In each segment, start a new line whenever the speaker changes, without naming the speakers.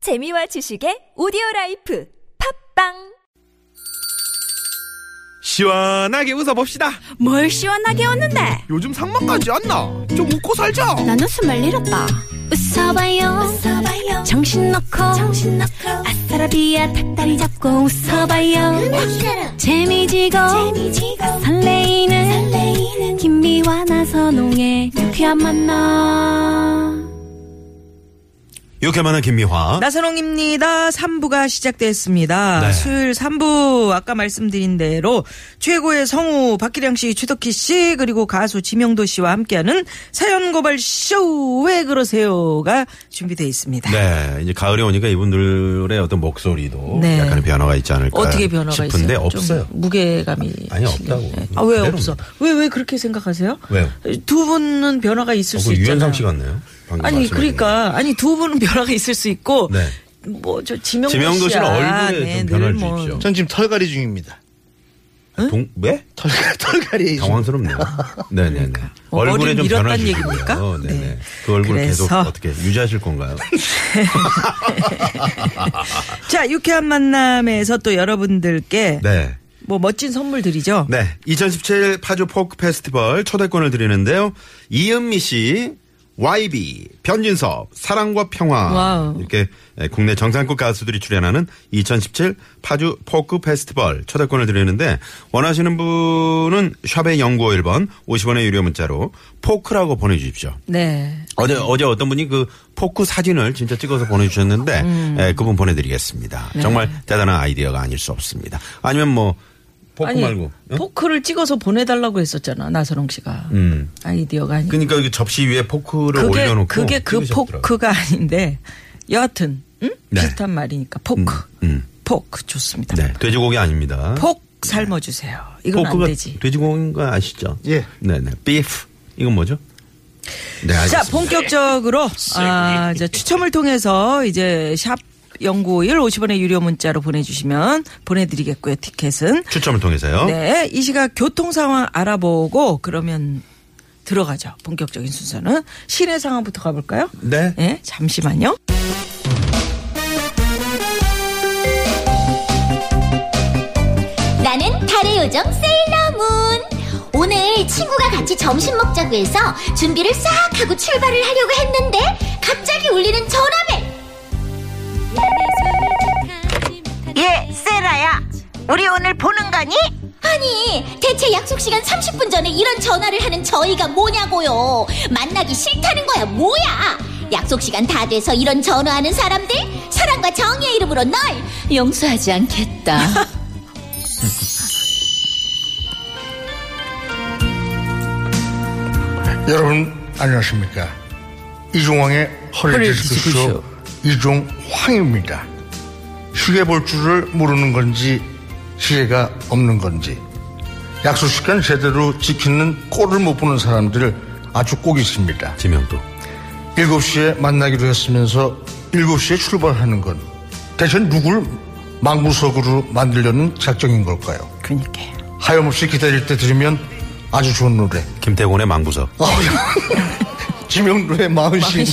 재미와 지식의 오디오 라이프 팝빵
시원하게 웃어봅시다.
뭘 시원하게 웃는데
요즘 상만까지 안 나. 좀 웃고 살자.
난 웃음을 잃었다
웃어봐요. 정신 놓고. 아싸라비아 닭다리 잡고 웃어봐요. 재미지고. 설레이는. 김미와 나선홍의 유쾌한 만남.
이렇게 만한 김미화.
나선홍입니다. 3부가 시작됐습니다.
네.
수요일 3부 아까 말씀드린 대로 최고의 성우 박기량 씨, 최덕희 씨 그리고 가수 지명도 씨와 함께하는 사연 고발 쇼왜 그러세요가 준비되어 있습니다.
네, 이제 가을이 오니까 이분들의 어떤 목소리도
네.
약간의 변화가 있지 않을까
어떻게 변화가
싶은데
있어요? 좀
아, 없어요.
무게감이
아니,
있으시긴
없다고.
해. 아, 왜
그대로입니다.
없어? 왜 왜 그렇게 생각하세요?
왜요?
두 분은 변화가 있을
어,
수
그
있잖아요.
유현상 씨 같네요. 방금
아니
말씀하신
그러니까 아니 두 분은 변화가 있을 수 있고
네.
뭐 저 지명도,
지명도 씨는
씨야.
얼굴에
네,
좀 변화를
늘 뭐-
주십시오.
전 지금 털갈이 중입니다.
아, 동, 왜?
털갈이, 털갈이.
당황스럽네요. 네네네.
뭐
얼굴에
머리를
좀 변화
밀었단 얘기입니까?
주시고요. 네네.
네.
그 얼굴 계속
그래서-
어떻게 유지하실 건가요?
자, 유쾌한 만남에서 또 여러분들께
네.
뭐 멋진 선물 드리죠.
네. 2017 파주 포크 페스티벌 초대권을 드리는데요. 이은미 씨, YB, 변진섭, 사랑과 평화.
와우.
이렇게 예, 국내 정상급 가수들이 출연하는 2017 파주 포크 페스티벌 초대권을 드리는데 원하시는 분은 샵의 0951번 50원의 유료 문자로 포크라고 보내주십시오.
네.
어제 어제 어떤 분이 그 포크 사진을 진짜 찍어서 보내주셨는데
음.
예, 그분 보내드리겠습니다.
네.
정말 대단한 아이디어가 아닐 수 없습니다. 아니면 뭐 포크
아니,
말고 어?
포크를 찍어서 보내달라고 했었잖아, 나선홍 씨가.
음.
아이디어가 아니고.
그러니까 이 접시 위에 포크를
그게,
올려놓고
그게 그
찍으셨더라고요.
포크가 아닌데, 여하튼, 응?
네.
비슷한 말이니까, 포크.
음, 음.
포크, 좋습니다.
네 돼지고기 아닙니다.
폭 삶아주세요. 이건 안
포크가
되지.
돼지고기인 거 아시죠?
예.
네네. 비프 이건 뭐죠? 네
자,
알겠습니다.
본격적으로 아, 이제 추첨을 통해서 이제 샵 0951, 50원의 유료 문자로 보내주시면 보내드리겠고요. 티켓은
추첨을 통해서요.
네, 이 시각 교통 상황 알아보고 그러면 들어가죠. 본격적인 순서는 시내 상황부터 가볼까요?
네.
예, 잠시만요.
나는 달의 요정 세일러문. 오늘 친구가 같이 점심 먹자고 해서 준비를 싹 하고 출발을 하려고 했는데 갑자기 울리는 전화벨.
예, 세라야. 우리 오늘 보는 거니?
아니 대체 약속 시간 30분 전에 이런 전화를 하는 저희가 뭐냐고요. 만나기 싫다는 거야 뭐야. 약속 시간 다 돼서 이런 전화하는 사람들 사랑과 정의의 이름으로 널 용서하지 않겠다.
여러분, 안녕하십니까. 이종황의 허리를 디스크쇼 이종황입니다. 시계 볼 줄을 모르는 건지, 시계가 없는 건지, 약속 시간 제대로 지키는 꼴을 못 보는 사람들을 아주 꼭 있습니다.
지명도
7시에 만나기로 했으면서 7시에 출발하는 건 대체 누굴 망구석으로 만들려는 작정인 걸까요?
그러니까.
하염없이 기다릴 때 들으면 아주 좋은 노래.
김태곤의 망구석.
지명도의
아, 네.
마흔신.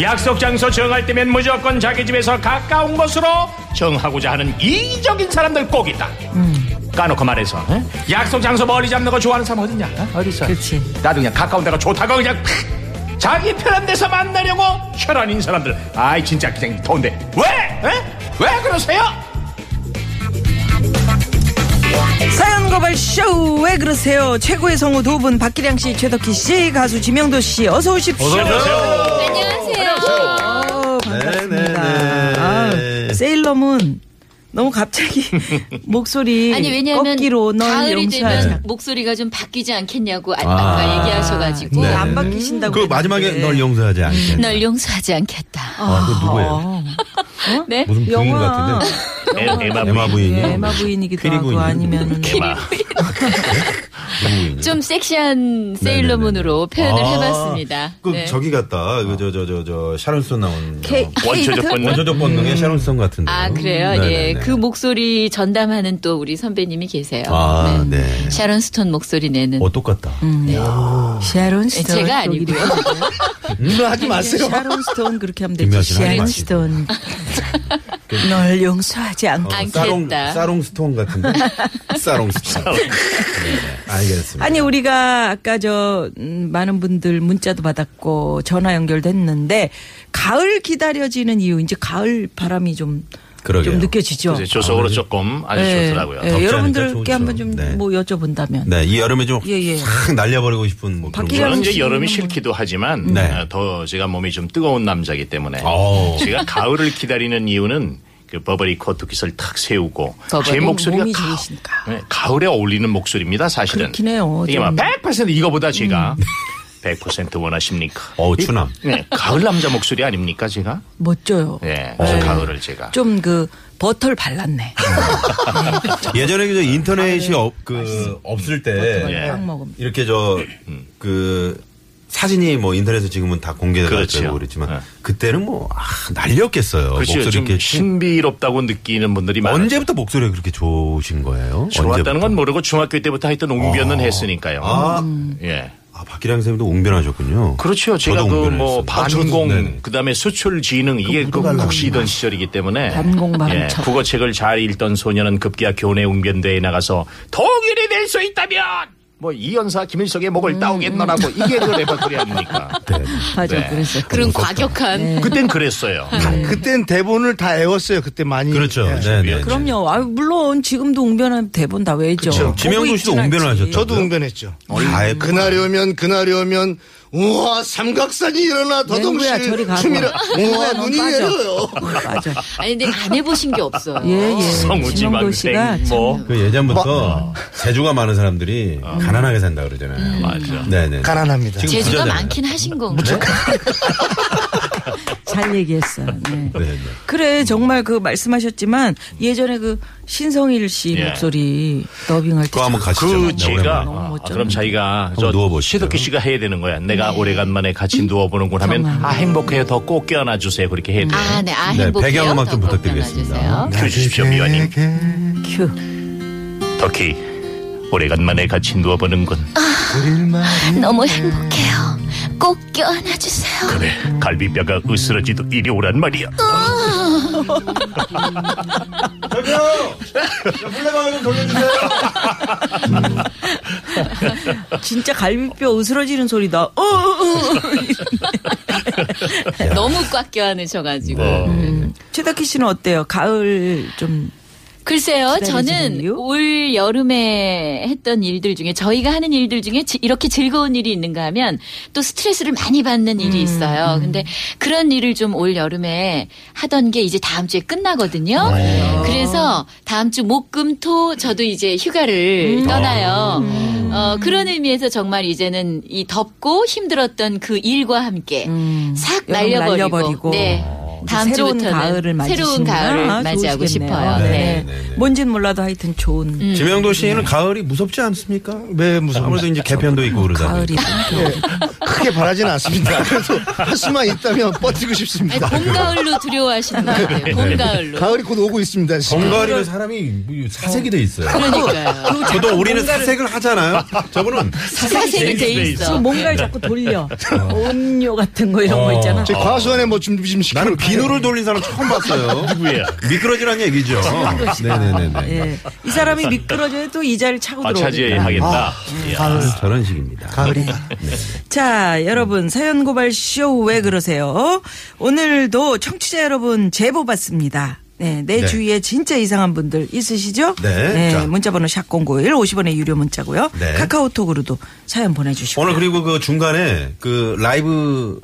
약속 장소 정할 때면 무조건 자기 집에서 가까운 곳으로 정하고자 하는 이기적인 사람들 꼭 있다. 까놓고 말해서 어? 약속 장소 멀리 잡는 거 좋아하는 사람 어딨냐? 어? 어디 있어?
그렇지.
나도 그냥 가까운 데가 좋다고 그냥 팍! 자기 편한 데서 만나려고 혈안인 사람들. 아이 진짜 그냥 더운데 왜? 에? 왜 그러세요?
사연 고발 쇼! 왜 그러세요? 최고의 성우 두 분, 박기량 씨, 최덕희 씨, 가수 지명도 씨, 어서 오십시오.
안녕하세요.
어,
네,
반갑습니다.
네, 네.
아, 세일러문. 너무 갑자기 목소리
아니 왜냐면
꺾기로 넌
가을이
용서하지
되면 목소리가 좀 바뀌지 않겠냐고 아,
아.
까 얘기하셔가지고
네.
안 바뀌신다고.
그 마지막에
그랬는데.
널 용서하지 않겠네.
음, 널 용서하지 않겠다.
아, 그 누구예요?
어.
네?
무슨 부인
영화.
같은데.
에마
에마 부인이.
예, 에마 부인이기도
네,
캐리고
하고
있는.
아니면
에마
누구군요?
좀 섹시한 세일러문으로 표현을
아.
해봤습니다.
아, 그
네.
저기 같다. 그 저 저 저 저 샤론스톤 나온
케-
원초적
케이크?
본능.
원조적 본능의 샤론스톤 네, 같은데.
아 그래요? 예, 그 목소리 전담하는 또 우리 선배님이 계세요.
아, 네.
샤론 스톤 목소리 내는
어 똑같다.
샤론 스톤.
네, 제가 아니고요.
누나 하지 마세요.
샤론 스톤 그렇게 하면 되지.
김여신 하지
샤론
마시고.
스톤. 널 용서하지 않고.
않겠다.
사롱 어, 사롱스톤 같은데. 사롱스톤. 네, 알겠습니다.
아니 우리가 아까 저 음, 많은 분들 문자도 받았고 전화 연결됐는데 가을 기다려지는 이유 이제 가을 바람이 좀 좀
그러게요.
느껴지죠.
이제 조석으로 조금 아주
예,
좋더라고요.
예,
덥지 않으니까
여러분들께
좋죠.
한번 좀
네.
뭐 여쭤본다면
네, 이 여름에 좀 확
예, 예.
날려버리고 싶은 뭐 그런
박기량
거.
저는 이제
씨는
여름이
뭐-
싫기도 하지만
네. 아.
어, 더 제가 몸이 좀 뜨거운 남자이기 때문에
어.
오.
제가 가을을 기다리는 이유는 그 버버리 코트핏을 탁 세우고
버버리
제 목소리가
몸이
네, 가,
좋으시니까.
을에 어울리는 목소리입니다 사실은
그렇긴 해요,
이게
좀. 음.
막 100% 이거보다 제가 100% 원하십니까
어우, 추남.
네, 가을 남자 목소리 아닙니까 제가
멋져요.
예,
어.
그래서 가을을 제가
좀 그 버털 발랐네.
예전에 그
아,
인터넷이
네.
없, 그 없을 때
예.
딱 먹으면.
이렇게 저 그 사진이 뭐 인터넷에 지금은 다 공개가
그렇죠.
되고 그랬지만
예.
그때는 뭐 아, 날렸겠어요.
그렇죠
목소리
좀
이렇게
신비롭다고 느끼는 분들이 많아요
언제부터 목소리가 그렇게 좋으신 거예요?
좋았다는 건뭐
언제부터?
모르고 중학교 때부터 하여튼 웅변은 했으니까요
아.
예.
아, 박기량 선생님도 웅변하셨군요.
그렇죠. 제가
저도
그
웅변을
뭐
했습니다. 아, 저도, 네네.
반공 그다음에 수출 지능 이게 그 국시이던 시절이기 때문에
반공
예,
반첩.
국어책을 잘 읽던 소년은 급기야 교내 웅변대에 나가서 독일이 될 수 있다면 뭐 이연사 김일석의 목을
음.
따오겠노라고 이게 그 레퍼토리 아닙니까?
맞아
네.
그래서
그런 과격한
네.
그땐 그랬어요.
음. 네.
그땐 대본을 다 외웠어요. 그때 많이.
그렇죠.
예.
네, 네.
그럼요. 아, 물론 지금도 웅변은 대본 다 외죠.
뭐
뭐
그쵸.
보고
지명도 그렇죠. 씨도
있진 않지.
웅변을 하셨죠.
저도 응변했죠.
아, 예.
그날이 오면 그날이 오면 우와 삼각산이 일어나
맹구야, 네, 저리
더듬실
가고.
춤이라
맹구야,
우와
넌
눈이
빠져.
내려요.
맞아.
아니 근데 안 해보신 게 없어요.
예, 예.
성우지
지명도 씨가
망생 뭐
그 예전부터 재주가 많은 사람들이 가난하게 산다 그러잖아요.
맞아.
네네.
가난합니다.
지금
아. 음. 재주가
부자잖아요.
많긴 하신 건가요?
잘 얘기했어요. 네.
네네.
그래 정말 그 말씀하셨지만 예전에 그 신성일 씨
예.
목소리 더빙할 때
그거 한번 가시죠.
그
네,
제가
오랜만에.
아,
멋져. 네.
그럼 자기가
한번
저
누워보시죠.
시덕기 씨가 해야 되는 거야. 내가 오래간만에 같이
음.
누워보는군 하면 아 행복해요. 더 꼭 껴안아 주세요. 그렇게 해야 돼.
아, 네, 아
네,
행복해요.
배경음악 좀
더
부탁드리겠습니다.
건강하세요.
켜 주십시오,
네.
미화님.
큐.
터키 오래간만에 같이 누워보는군.
너무 행복해요. 꼭 껴안아주세요.
그래 갈비뼈가 으스러지도 이리 오란 말이야.
저기요! 플레방을 좀 돌려주세요.
진짜 갈비뼈 으스러지는 소리다. 어, 어, 어.
너무 꽉 껴안으셔가지고.
어,
네.
음, 최다키 씨는 어때요? 가을 좀
글쎄요,
기다리시는
저는
이유?
올 여름에 했던 일들 중에 저희가 하는 일들 중에 지- 이렇게 즐거운 일이 있는가 하면 또 스트레스를 많이 받는
음,
일이 있어요. 근데 그런 일을 좀 올 여름에 하던 게 이제 다음 주에 끝나거든요.
네.
그래서 다음 주 목금토 저도 이제 휴가를
음.
떠나요.
아.
어, 그런 의미에서 정말 이제는 이 덥고 힘들었던 그 일과 함께 싹
음. 여름
날려버리고,
날려버리고. 아. 어,
네. 다음
새로운
주부터는
가을을 맞이시는구나.
새로운 가을을
아,
맞이하고
좋으시겠네요.
싶어요.
네.
네. 음.
네, 네.
뭔진 몰라도 하여튼 좋은
지명도 씨는 가을이 무섭지 않습니까?
네, 무섭습니다.
아무래도 이제 개편도 있고
음,
그러다 보니까.
가을이.
네.
크게 바라진 않습니다. 그래도 할 수만 있다면 버티고
아니,
싶습니다.
네, 봄 가을로 두려워하시는 것
네.
같아요. 봄 가을로.
가을이 곧 오고 있습니다. 지금.
봄가을이면 뭐 사람이 사색이 돼 있어요.
그러니까요.
저도 우리는 사색을 하잖아요. 저분은
사색이 그 돼 있어.
뭔가를 자꾸 돌려. 온요 같은 거 이런 거 있잖아.
제 과수원에 뭐 준비 좀 시켜.
나는 비누를 돌린 사람 처음 봤어요.
누구야?
미끄러지란 얘기죠.
아,
네네네네.
예. 이 사람이 미끄러져야 또 이자를 차고
아,
들어오니까.
차지해야겠다.
저런 식입니다.
가을이다.
자, 여러분, 사연 고발 쇼, 왜 그러세요? 오늘도 청취자 여러분 제보 받습니다. 네, 내
네.
주위에 진짜 이상한 분들 있으시죠?
네, 자.
문자번호 샵0951 50원의 유료 문자고요.
네.
카카오톡으로도 사연 보내주시고.
오늘 그리고 그 중간에 그 라이브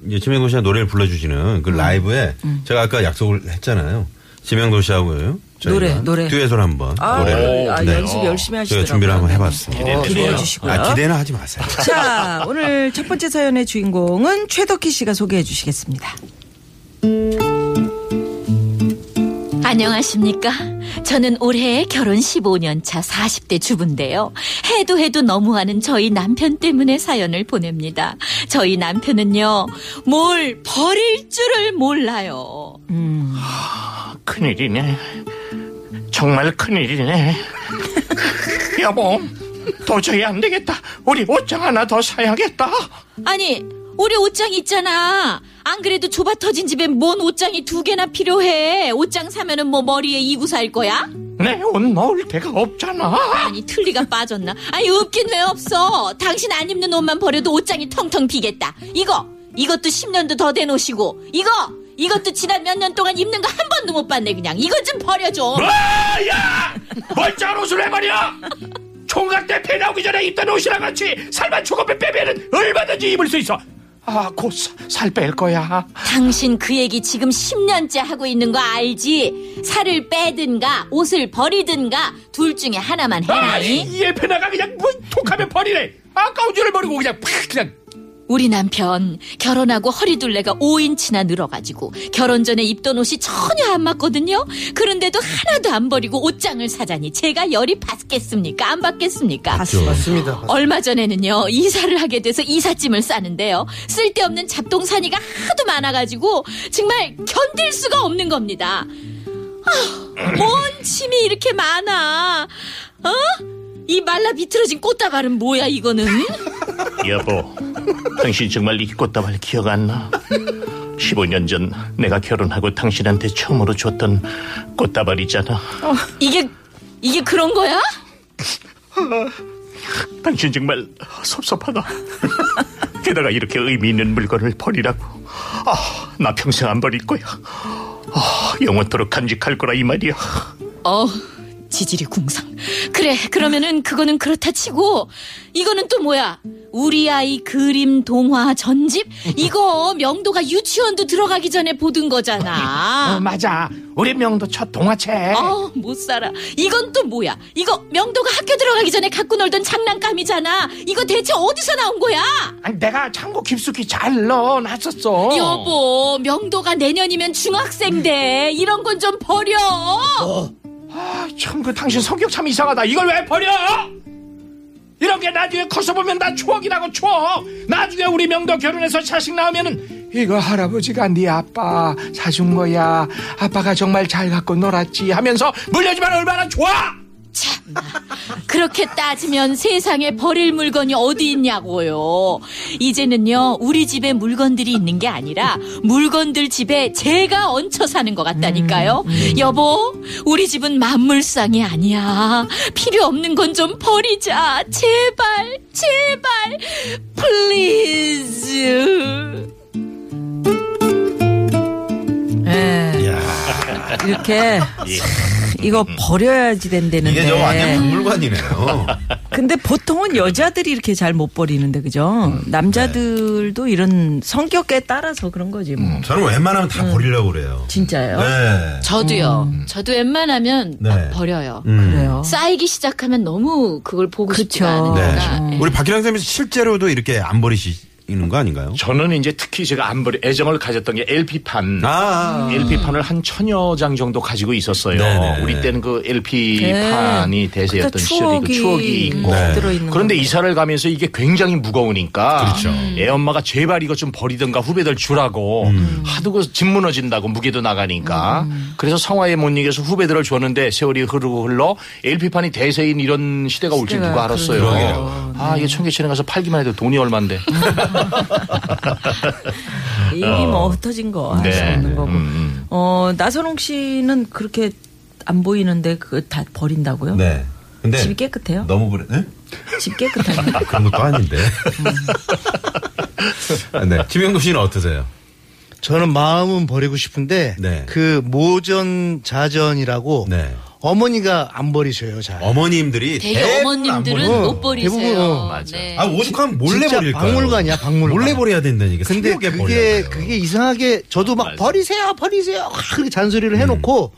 어, 이제 지명도 씨가 노래를 불러주시는
음.
그 라이브에 제가 아까 약속을 했잖아요. 지명도 씨하고요. 저희가
노래, 노래.
듀엣을 한번
아,
노래를
아,
네.
연습 열심히
제가
하시더라고요. 어,
준비를 한번 해봤습니다.
기대해 주시고요.
아, 기대는 하지 마세요.
자, 오늘 첫 번째 사연의 주인공은 최덕희 씨가 소개해 주시겠습니다.
안녕하십니까? 저는 올해 결혼 15년 차 40대 주부인데요. 해도 해도 너무하는 저희 남편 때문에 사연을 보냅니다. 저희 남편은요, 뭘 버릴 줄을 몰라요.
큰일이네. 정말 큰일이네. 여보, 도저히 안 되겠다. 우리 옷장 하나 더 사야겠다.
아니, 우리 옷장 있잖아. 안 그래도 좁아 터진 집에 뭔 옷장이 두 개나 필요해. 옷장 사면은 뭐 머리에 이구 살 거야?
내 옷 넣을 데가 없잖아.
아니 틀리가 빠졌나? 아니 없긴 왜 없어? 당신 안 입는 옷만 버려도 옷장이 텅텅 비겠다. 이거 이것도 10년도 더 된 옷이고 이거 이것도 지난 몇 년 동안 입는 거 한 번도 못 봤네 그냥 이거 좀 버려줘.
뭐야! 멀쩡한 옷을 왜 버려? 총각 때 배 나오기 전에 입던 옷이랑 같이 살만 조금만 빼면 얼마든지 입을 수 있어. 아, 곧 살 뺄 거야.
당신 그 얘기 지금 10년째 하고 있는 거 알지? 살을 빼든가 옷을 버리든가 둘 중에 하나만 해라니.
아이, 얘 배나가 그냥 뭐 톡하면 버리네. 아까운 줄을 버리고 그냥 팍 그냥
우리 남편 결혼하고 허리둘레가 5인치나 늘어가지고 결혼 전에 입던 옷이 전혀 안 맞거든요. 그런데도 하나도 안 버리고 옷장을 사자니 제가 열이 받겠습니까? 안 받겠습니까?
맞습니다.
얼마 전에는요 이사를 하게 돼서 이삿짐을 싸는데요 쓸데없는 잡동사니가 하도 많아가지고 정말 견딜 수가 없는 겁니다. 아, 뭔 짐이 이렇게 많아? 어? 이 말라 비틀어진 꽃다발은 뭐야 이거는?
여보, 당신 정말 이 꽃다발 기억 안 나? 15년 전 내가 결혼하고 당신한테 처음으로 줬던 꽃다발 있잖아.
이게 이게 그런 거야?
당신 정말 섭섭하다. 게다가 이렇게 의미 있는 물건을 버리라고. 아, 나 평생 안 버릴 거야. 아, 영원토록 간직할 거라 이 말이야.
어 지질이 궁상 그래 그러면은 그거는 그렇다 치고 이거는 또 뭐야 우리 아이 그림 동화 전집 이거 명도가 유치원도 들어가기 전에 보던 거잖아
어, 맞아. 우리 명도 첫 동화책.
어 못 살아 이건 또 뭐야 이거 명도가 학교 들어가기 전에 갖고 놀던 장난감이잖아 이거 대체 어디서 나온 거야
아니, 내가 참고 깊숙이 잘 넣어놨었어.
여보 명도가 내년이면 중학생 돼 이런 건 좀 버려
참, 그 당신 성격 참 이상하다. 이걸 왜 버려? 이런 게 나중에 커서 보면 다 추억이라고 추억. 나중에 우리 명도 결혼해서 자식 낳으면은 이거 할아버지가 네 아빠 사준 거야. 아빠가 정말 잘 갖고 놀았지 하면서 물려주면 얼마나 좋아.
그렇게 따지면 세상에 버릴 물건이 어디 있냐고요. 이제는요, 우리 집에 물건들이 있는 게 아니라 물건들 집에 제가 얹혀 사는 것 같다니까요.
음,
여보, 우리 집은 만물상이 아니야. 필요 없는 건 좀 버리자. 제발, 제발, 플리즈.
예. 이렇게 이거 버려야지 된다는데.
예. 이게 저
네.
완전 박물관이네요.
근데 보통은 여자들이 이렇게 잘 못 버리는데 그죠?
음, 네.
남자들도 이런 성격에 따라서 그런 거지 뭐.
저는 웬만하면 다 버리려고 그래요.
진짜예요?
음. 네.
저도요. 저도 웬만하면
네.
막 버려요.
음.
그래요.
쌓이기 시작하면 너무 그걸 보고 싶지가
그쵸.
네.
않으니까. 예.
우리 박기량 선생님 실제로도 이렇게 안 버리시는 거 아닌가요?
저는 이제 특히 제가 안 버리 애정을 가졌던 게 LP 판.
아,
LP 판을 한 천여 장 정도 가지고 있었어요.
네네.
우리 때는 그 LP
네.
판이 대세였던
그때
시절이고
추억이
추억이 있고.
네.
들어있는
그런데 이사를 가면서 이게 굉장히 무거우니까
그렇죠.
음.
애 엄마가 제발 이거 좀 버리든가 후배들 주라고
음.
하도 그 집 무너진다고 무게도 나가니까
음.
그래서 성화에 못 이겨서 후배들을 줬는데 세월이 흐르고 흘러 LP판이 대세인 이런 시대가 올 줄
시대가
누가 알았어요.
그러게요.
아 이게 청계천에 가서 팔기만 해도 돈이 얼만데.
이미 뭐 흩어진 거 할 수
네.
없는 거고.
음.
어 나선홍 씨는 그렇게 안 보이는데 그거 다 버린다고요?
네. 근데
집이 깨끗해요?
너무 그래. 네?
집 깨끗하네.
그런 것도 아닌데.
아,
네. 음. 김영도 씨는 어떠세요?
저는 마음은 버리고 싶은데
네.
그 모전 자전이라고
네.
어머니가 안 버리셔요 잘.
어머님들이
되게
대부분 안
어머님들은
버려요.
못 버리세요.
대부분, 어,
맞아.
네.
아, 오죽하면 몰래
진짜
버릴 거예요.
박물관이야, 박물관.
몰래 버려야 된다니까.
근데
스무개
그게
버려야 돼요. 네.
그게 이상하게 저도 막
맞아.
버리세요 버리세요 확 그렇게
음.
잔소리를 해놓고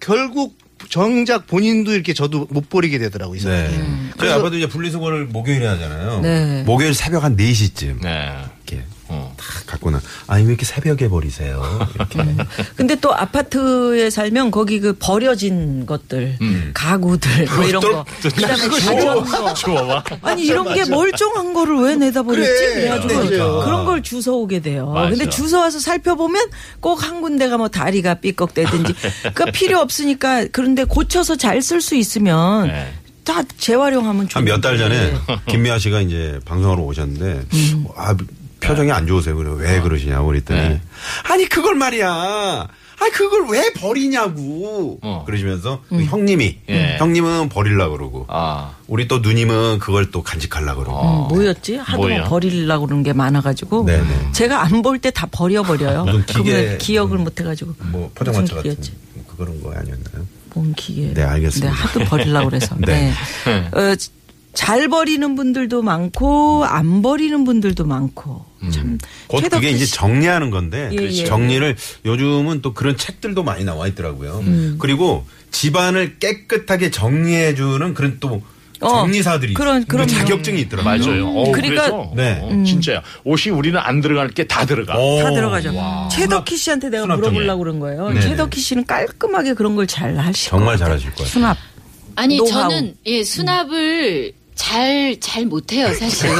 결국 정작 본인도 이렇게 저도 못 버리게 되더라고 이
네.
사람.
네.
저희 아빠도 이제 분리수거를 목요일에 하잖아요. 목요일 새벽 한 4시쯤.
네.
이렇게
어.
탁 갖고는 아니 왜 이렇게 새벽에 버리세요? 이렇게.
음.
근데 또 아파트에 살면 거기 그 버려진 것들, 가구들 뭐 이런 거. 그다음에 자전거.
주워와.
아니 이런 게 멀쩡한 거를 왜 내다 버렸지?
그래,
그래가지고
맞아요.
그런 걸 주워 오게 돼요.
맞아.
근데 주워 와서 살펴보면 꼭 한 군데가 뭐 다리가 삐걱대든지 그러니까 필요 없으니까 그런데 고쳐서 잘 쓸 수 있으면
네.
다 재활용하면 좋은
한 몇 달 전에 김미아 씨가 이제 방송하러 오셨는데 아 표정이 안 좋으세요. 그래 왜 그러시냐고 그랬더니
음. 아. 네.
아니 그걸 말이야. 아니 그걸 왜 버리냐고
어.
그러시면서 그 형님이
예.
형님은 버릴라 그러고
아. 어.
우리 또 누님은 그걸 또 간직할라 그러고
음, 뭐였지? 하도
뭐예요?
버리려고 그러는 게 많아가지고
어. 네네.
제가 안 볼 때 다 버려버려요.
무슨 기계-
그러면 기억을 못해가지고
뭐 포장마차
무슨
같은 뭐
기계였지?
그런 거 아니었나요?
뭔 기계?
네, 알겠습니다.
네, 하도 버리려고 그래서.
네.
네. 어, 잘 버리는 분들도 많고 안 버리는 분들도 많고 참.
음. 곧
최덕희
그게 이제
씨.
정리하는 건데
예, 예.
정리를 요즘은 또 그런 책들도 많이 나와 있더라고요.
음.
그리고 집안을 깨끗하게 정리해 주는 그런 또
어,
정리사들이
그런-
있어요.
그럼요.
자격증이 있더라고요.
맞아요. 어, 그래
그러니까-
서
네.
진짜야. 옷이 우리는 안 들어갈 게 다 들어가.
오.
다 들어가죠.
와.
최덕희 씨한테 내가
수납
물어보려고 그런 거예요.
네네.
최덕희 씨는 깔끔하게 그런 걸 잘 하시고
정말 잘하실 거예요.
수납.
아니
노하우.
저는 예 수납을 잘 잘 못해요 사실.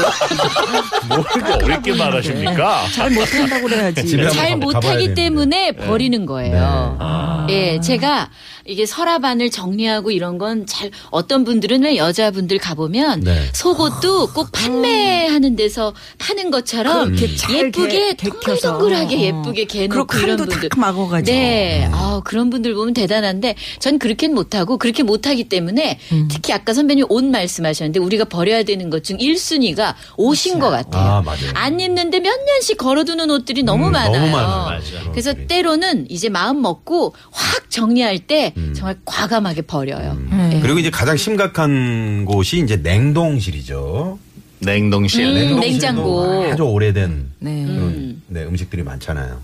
뭘 이렇게 어렵게 말하십니까?
잘 못한다고 뭐, 그래야지.
집에 한번
잘
가봐- 가봐야
못하기
되는데. 네.
때문에 버리는 거예요.
아.
예, 제가 이게 서랍 안을 정리하고 이런 건 잘 어떤 분들은 왜 여자분들 가보면
네.
속옷도 꼭 판매하는 데서 파는 것처럼
아. 그렇게 잘
예쁘게
개- 개켜서.
동글동글하게
어.
예쁘게 개놓고
그리고
이런
칸도
분들.
탁 막아가지고.
네, 아 그런 분들 보면 대단한데 전 그렇게는 못하고 그렇게 못하기 때문에
음.
특히 아까 선배님 옷 말씀하셨는데 우리가 버려야 되는 것 중 1순위가 옷인 것 같아요.
아, 맞아요.
안 입는데 몇 년씩 걸어두는 옷들이 너무
음,
많아요.
너무 많아요. 맞아요.
그래서
그런
때로는 이제 마음 먹고 확 정리할 때 정말 과감하게 버려요.
음, 네.
예.
음. 그리고 이제 가장 심각한 곳이 이제 냉동실이죠.
냉동실.
음,
냉동실도
냉장고.
아주 오래된
네.
그런 네, 음식들이 많잖아요.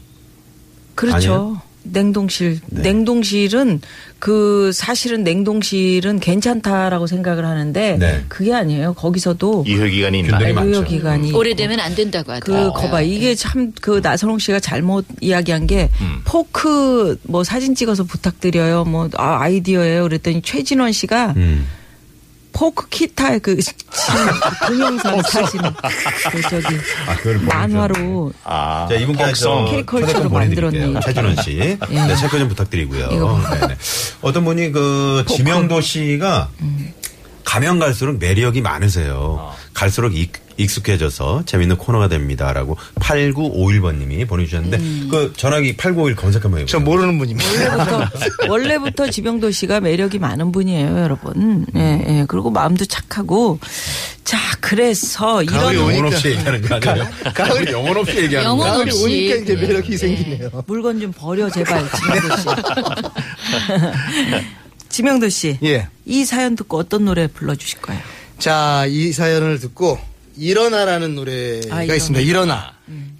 그렇죠.
아니에요? 네.
냉동실. 냉동실은 그 사실은 냉동실은 괜찮다라고 생각을 하는데
네.
그게 아니에요. 거기서도
유효기간이 있나?
균들이 많죠. 음.
유효 기간이
오래되면 안 된다고 하더라고요.
그 거봐 이게 참 그 나선홍 씨가 잘못 이야기한 게
음.
포크 뭐 사진 찍어서 부탁드려요. 뭐 아, 아이디어예요. 그랬더니 최진원 씨가
음.
포크 키타의 그 동영상 사진 그 저기
아, 그걸 보내주셨네.
만화로
아,
자, 이분께
복성.
캐리컬처로 만들었네.
최준원 씨. 네, 체크 좀 부탁드리고요.
이거. 뭐.
네네. 어떤 분이 그 지명도 씨가 가면 갈수록 매력이 많으세요.
아.
갈수록 익, 익숙해져서 재밌는 코너가 됩니다라고 8951번 님이 보내주셨는데
음.
그 전화기 8951 검색 한번 해보세요.
저 모르는 분입니다.
원래부터, 원래부터 지병도 씨가 매력이 많은 분이에요, 여러분. 예, 예. 그리고 마음도 착하고. 자, 그래서
가을
이런
영혼 없이 얘기하는 거 아니에요? 가을 영혼 없이 얘기하는
영혼
거야?
없이.
가을이 오니까 이제 매력이 생기네요.
물건 좀 버려, 제발, 지병도 씨. 지명도 씨.
네.
예.
이 사연 듣고 어떤 노래 불러주실 거예요?
자, 이 사연을 듣고 일어나라는 노래가
아, 일어나. 음.
있습니다. 일어나.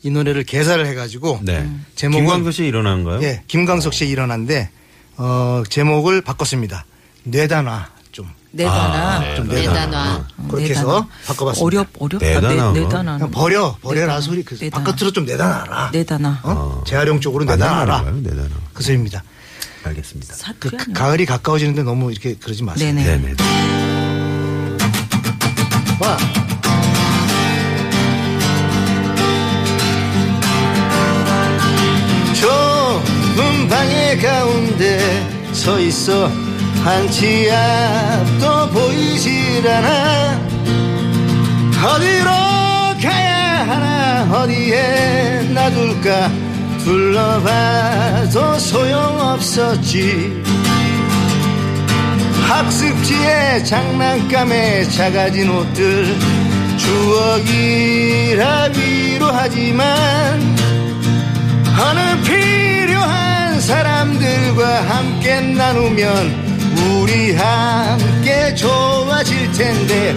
이 노래를 개사를 해가지고
네.
제목은
김광수 씨 일어나는가요?
예, 김광석 씨의 일어난데 어, 제목을 바꿨습니다. 뇌단화 좀.
내다나.
좀
예, 내다놔.
아, 네. 그렇게 해서 바꿔봤습니다.
음, 어렵, 어렵다. 아, 네,
내다나.
내, 내다나.
그냥 버려 버려라 소리 그
내다나.
바깥으로 좀 내다놔라.
내다나.
어? 재활용 쪽으로
아, 내단하라.
내다놔라.
내단하.
그 소리입니다.
알겠습니다.
그,
사투리
그
아니야?
가을이 가까워지는데 너무 이렇게 그러지 마세요.
네네.
네네.
와. 좁은 방의 가운데 서 있어 한치 앞도 보이질 않아 어디로 가야 하나 어디에 놔둘까 둘러봐도 소용없었지 학습지에 장난감에 작아진 옷들 추억이라 위로하지만 어느 필요한 사람들과 함께 나누면 우리 함께 좋아질 텐데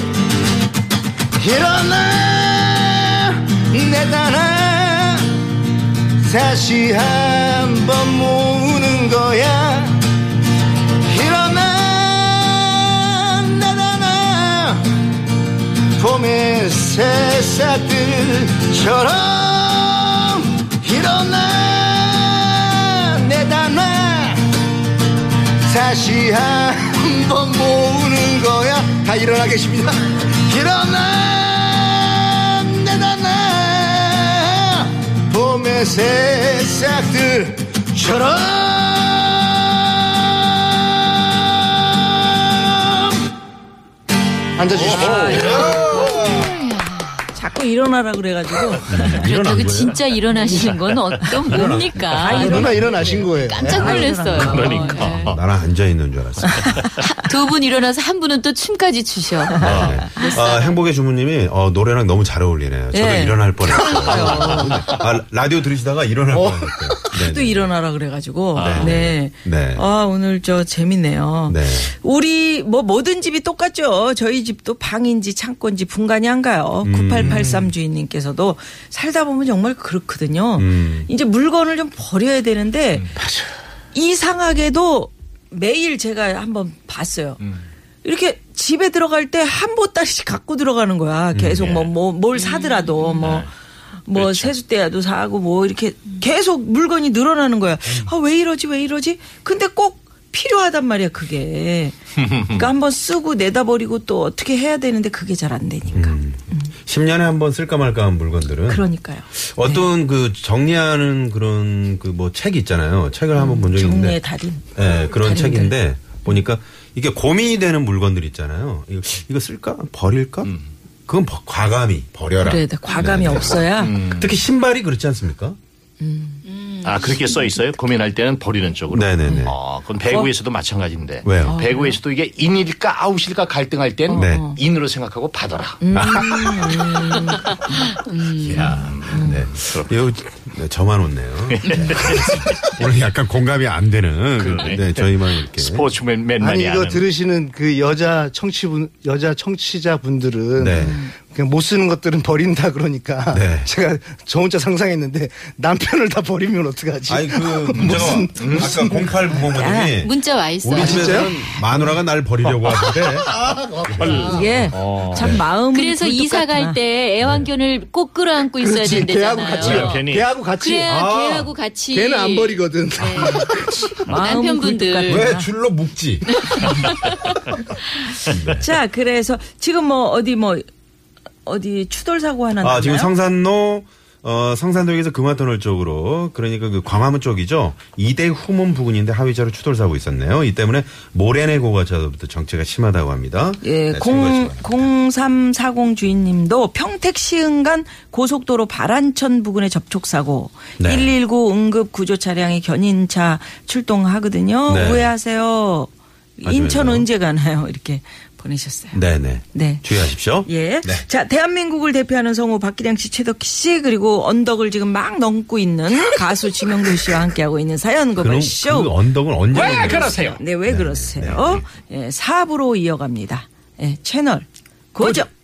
일어나 내 나라 다시 한번 모으는 거야 일어나 나나나 봄의 새싹들처럼 다시 한 번 모으는 거야 다 일어나 계십니다 일어나 내다나 봄의 새싹들처럼
어,
앉아주십시오
자꾸 일어나라 그래가지고
그렇다고 진짜 일어나시는 건 어떤 뭡니까?
일어나 일어나신 거예요
깜짝 놀랐어요. 예.
그러니까.
나는 앉아 있는 줄 알았어.
두 분 일어나서 한 분은 또 춤까지 추셔.
아, 행복의 주부님이 어, 노래랑 너무 잘 어울리네요. 저도
예.
일어날 뻔했어요. 아, 라디오 들으시다가 일어날 뻔했어요. 네,
또
네.
일어나라 그래가지고 네.
네.
아 오늘 저 재밌네요.
네.
우리 뭐 모든 집이 똑같죠. 저희 집도 방인지 창고인지 분간이 안 가요.
음.
9883 주인님께서도 살다 보면 정말 그렇거든요.
음.
이제 물건을 좀 버려야 되는데 이상하게도 매일 제가 한번 봤어요.
음.
이렇게 집에 들어갈 때 한 보따리씩 갖고 들어가는 거야.
음.
계속
예.
뭐 뭐 뭘 사더라도 뭐.
네.
뭐
그렇죠.
세숫대야도 사고 뭐 이렇게 계속 물건이 늘어나는 거야.
음.
아 왜 이러지 왜 이러지? 근데 꼭 필요하단 말이야 그게. 그러니까 한번 쓰고 내다버리고 또 어떻게 해야 되는데 그게 잘 안 되니까.
음. 10년에 한 번 쓸까 말까 한 물건들은
그러니까요.
어떤
네.
그 정리하는 그런 그 뭐 책 있잖아요. 책을 한번 본 적이
정리의
있는데.
달인.
예, 그런
달인들.
책인데 보니까 이게 고민이 되는 물건들 있잖아요. 이거, 이거 쓸까? 버릴까? 그건 버- 과감히 버려라.
그래야 돼. 과감이
네, 네.
없어야
특히 신발이 그렇지 않습니까?
아 그렇게 써 있어요? 고민할 때는 버리는 쪽으로.
네네네.
어, 그건 배구에서도 마찬가지인데.
왜요?
배구에서도 이게 인일까 아웃일까 갈등할 땐
네.
인으로 생각하고 받아라.
이야, 네. 이거 네, 저만 웃네요. 네. 오늘 약간 공감이 안 되는.
그러네.
네, 저희만 이렇게.
스포츠맨만이
아니 이거
아는.
들으시는 그 여자 청취분 여자 청취자분들은
네.
그냥 못 쓰는 것들은 버린다 그러니까
네.
제가 저 혼자 상상했는데 남편을 다 버리면 어떡하지?
아니, 그, 문제가, 아까 0890번님이
문자 와 있어요.
우리 집에서는 마누라가 날 버리려고 하는데.
이게
네.
참 마음.
그래서 이사 갈 때 애완견을 꼭 끌어안고 있어야
그렇지, 걔하고
된대잖아요.
같이
네, 괜히.
걔하고 같이
그래야
아,
걔하고 같이. 네. 예.
걔는 안 버리거든.
남편분들.
왜 줄로 묶지?
자 그래서 지금 뭐 어디 뭐 어디 추돌 사고 하나 났나요?
아, 지금 성산로 어, 성산동에서 금화터널 쪽으로 그러니까 그 광화문 쪽이죠. 이대 후문 부근인데 하위자로 추돌사고 있었네요. 이 때문에 모래내 고가차로부터 정체가 심하다고 합니다. 네,
예,
참고하시기
공,
바랍니다.
0340 주인님도 평택 시흥간 고속도로 발안천 부근의 접촉사고
네.
119 응급 구조 차량이 견인차 출동하거든요.
네.
우회하세요.
맞아요.
인천 언제 가나요? 이렇게 보내셨어요.
네네.
네.
주의하십시오.
예.
네.
자, 대한민국을 대표하는 성우 박기량 씨, 최덕희 씨, 그리고 언덕을 지금 막 넘고 있는 가수 지명도 씨와 함께하고 있는 사연고발
그럼 네,
쇼.
그 언덕은 언제?
왜
넘어요?
그러세요?
네,
네, 왜 그러세요? 예, 4부로 이어갑니다. 예, 채널 고정.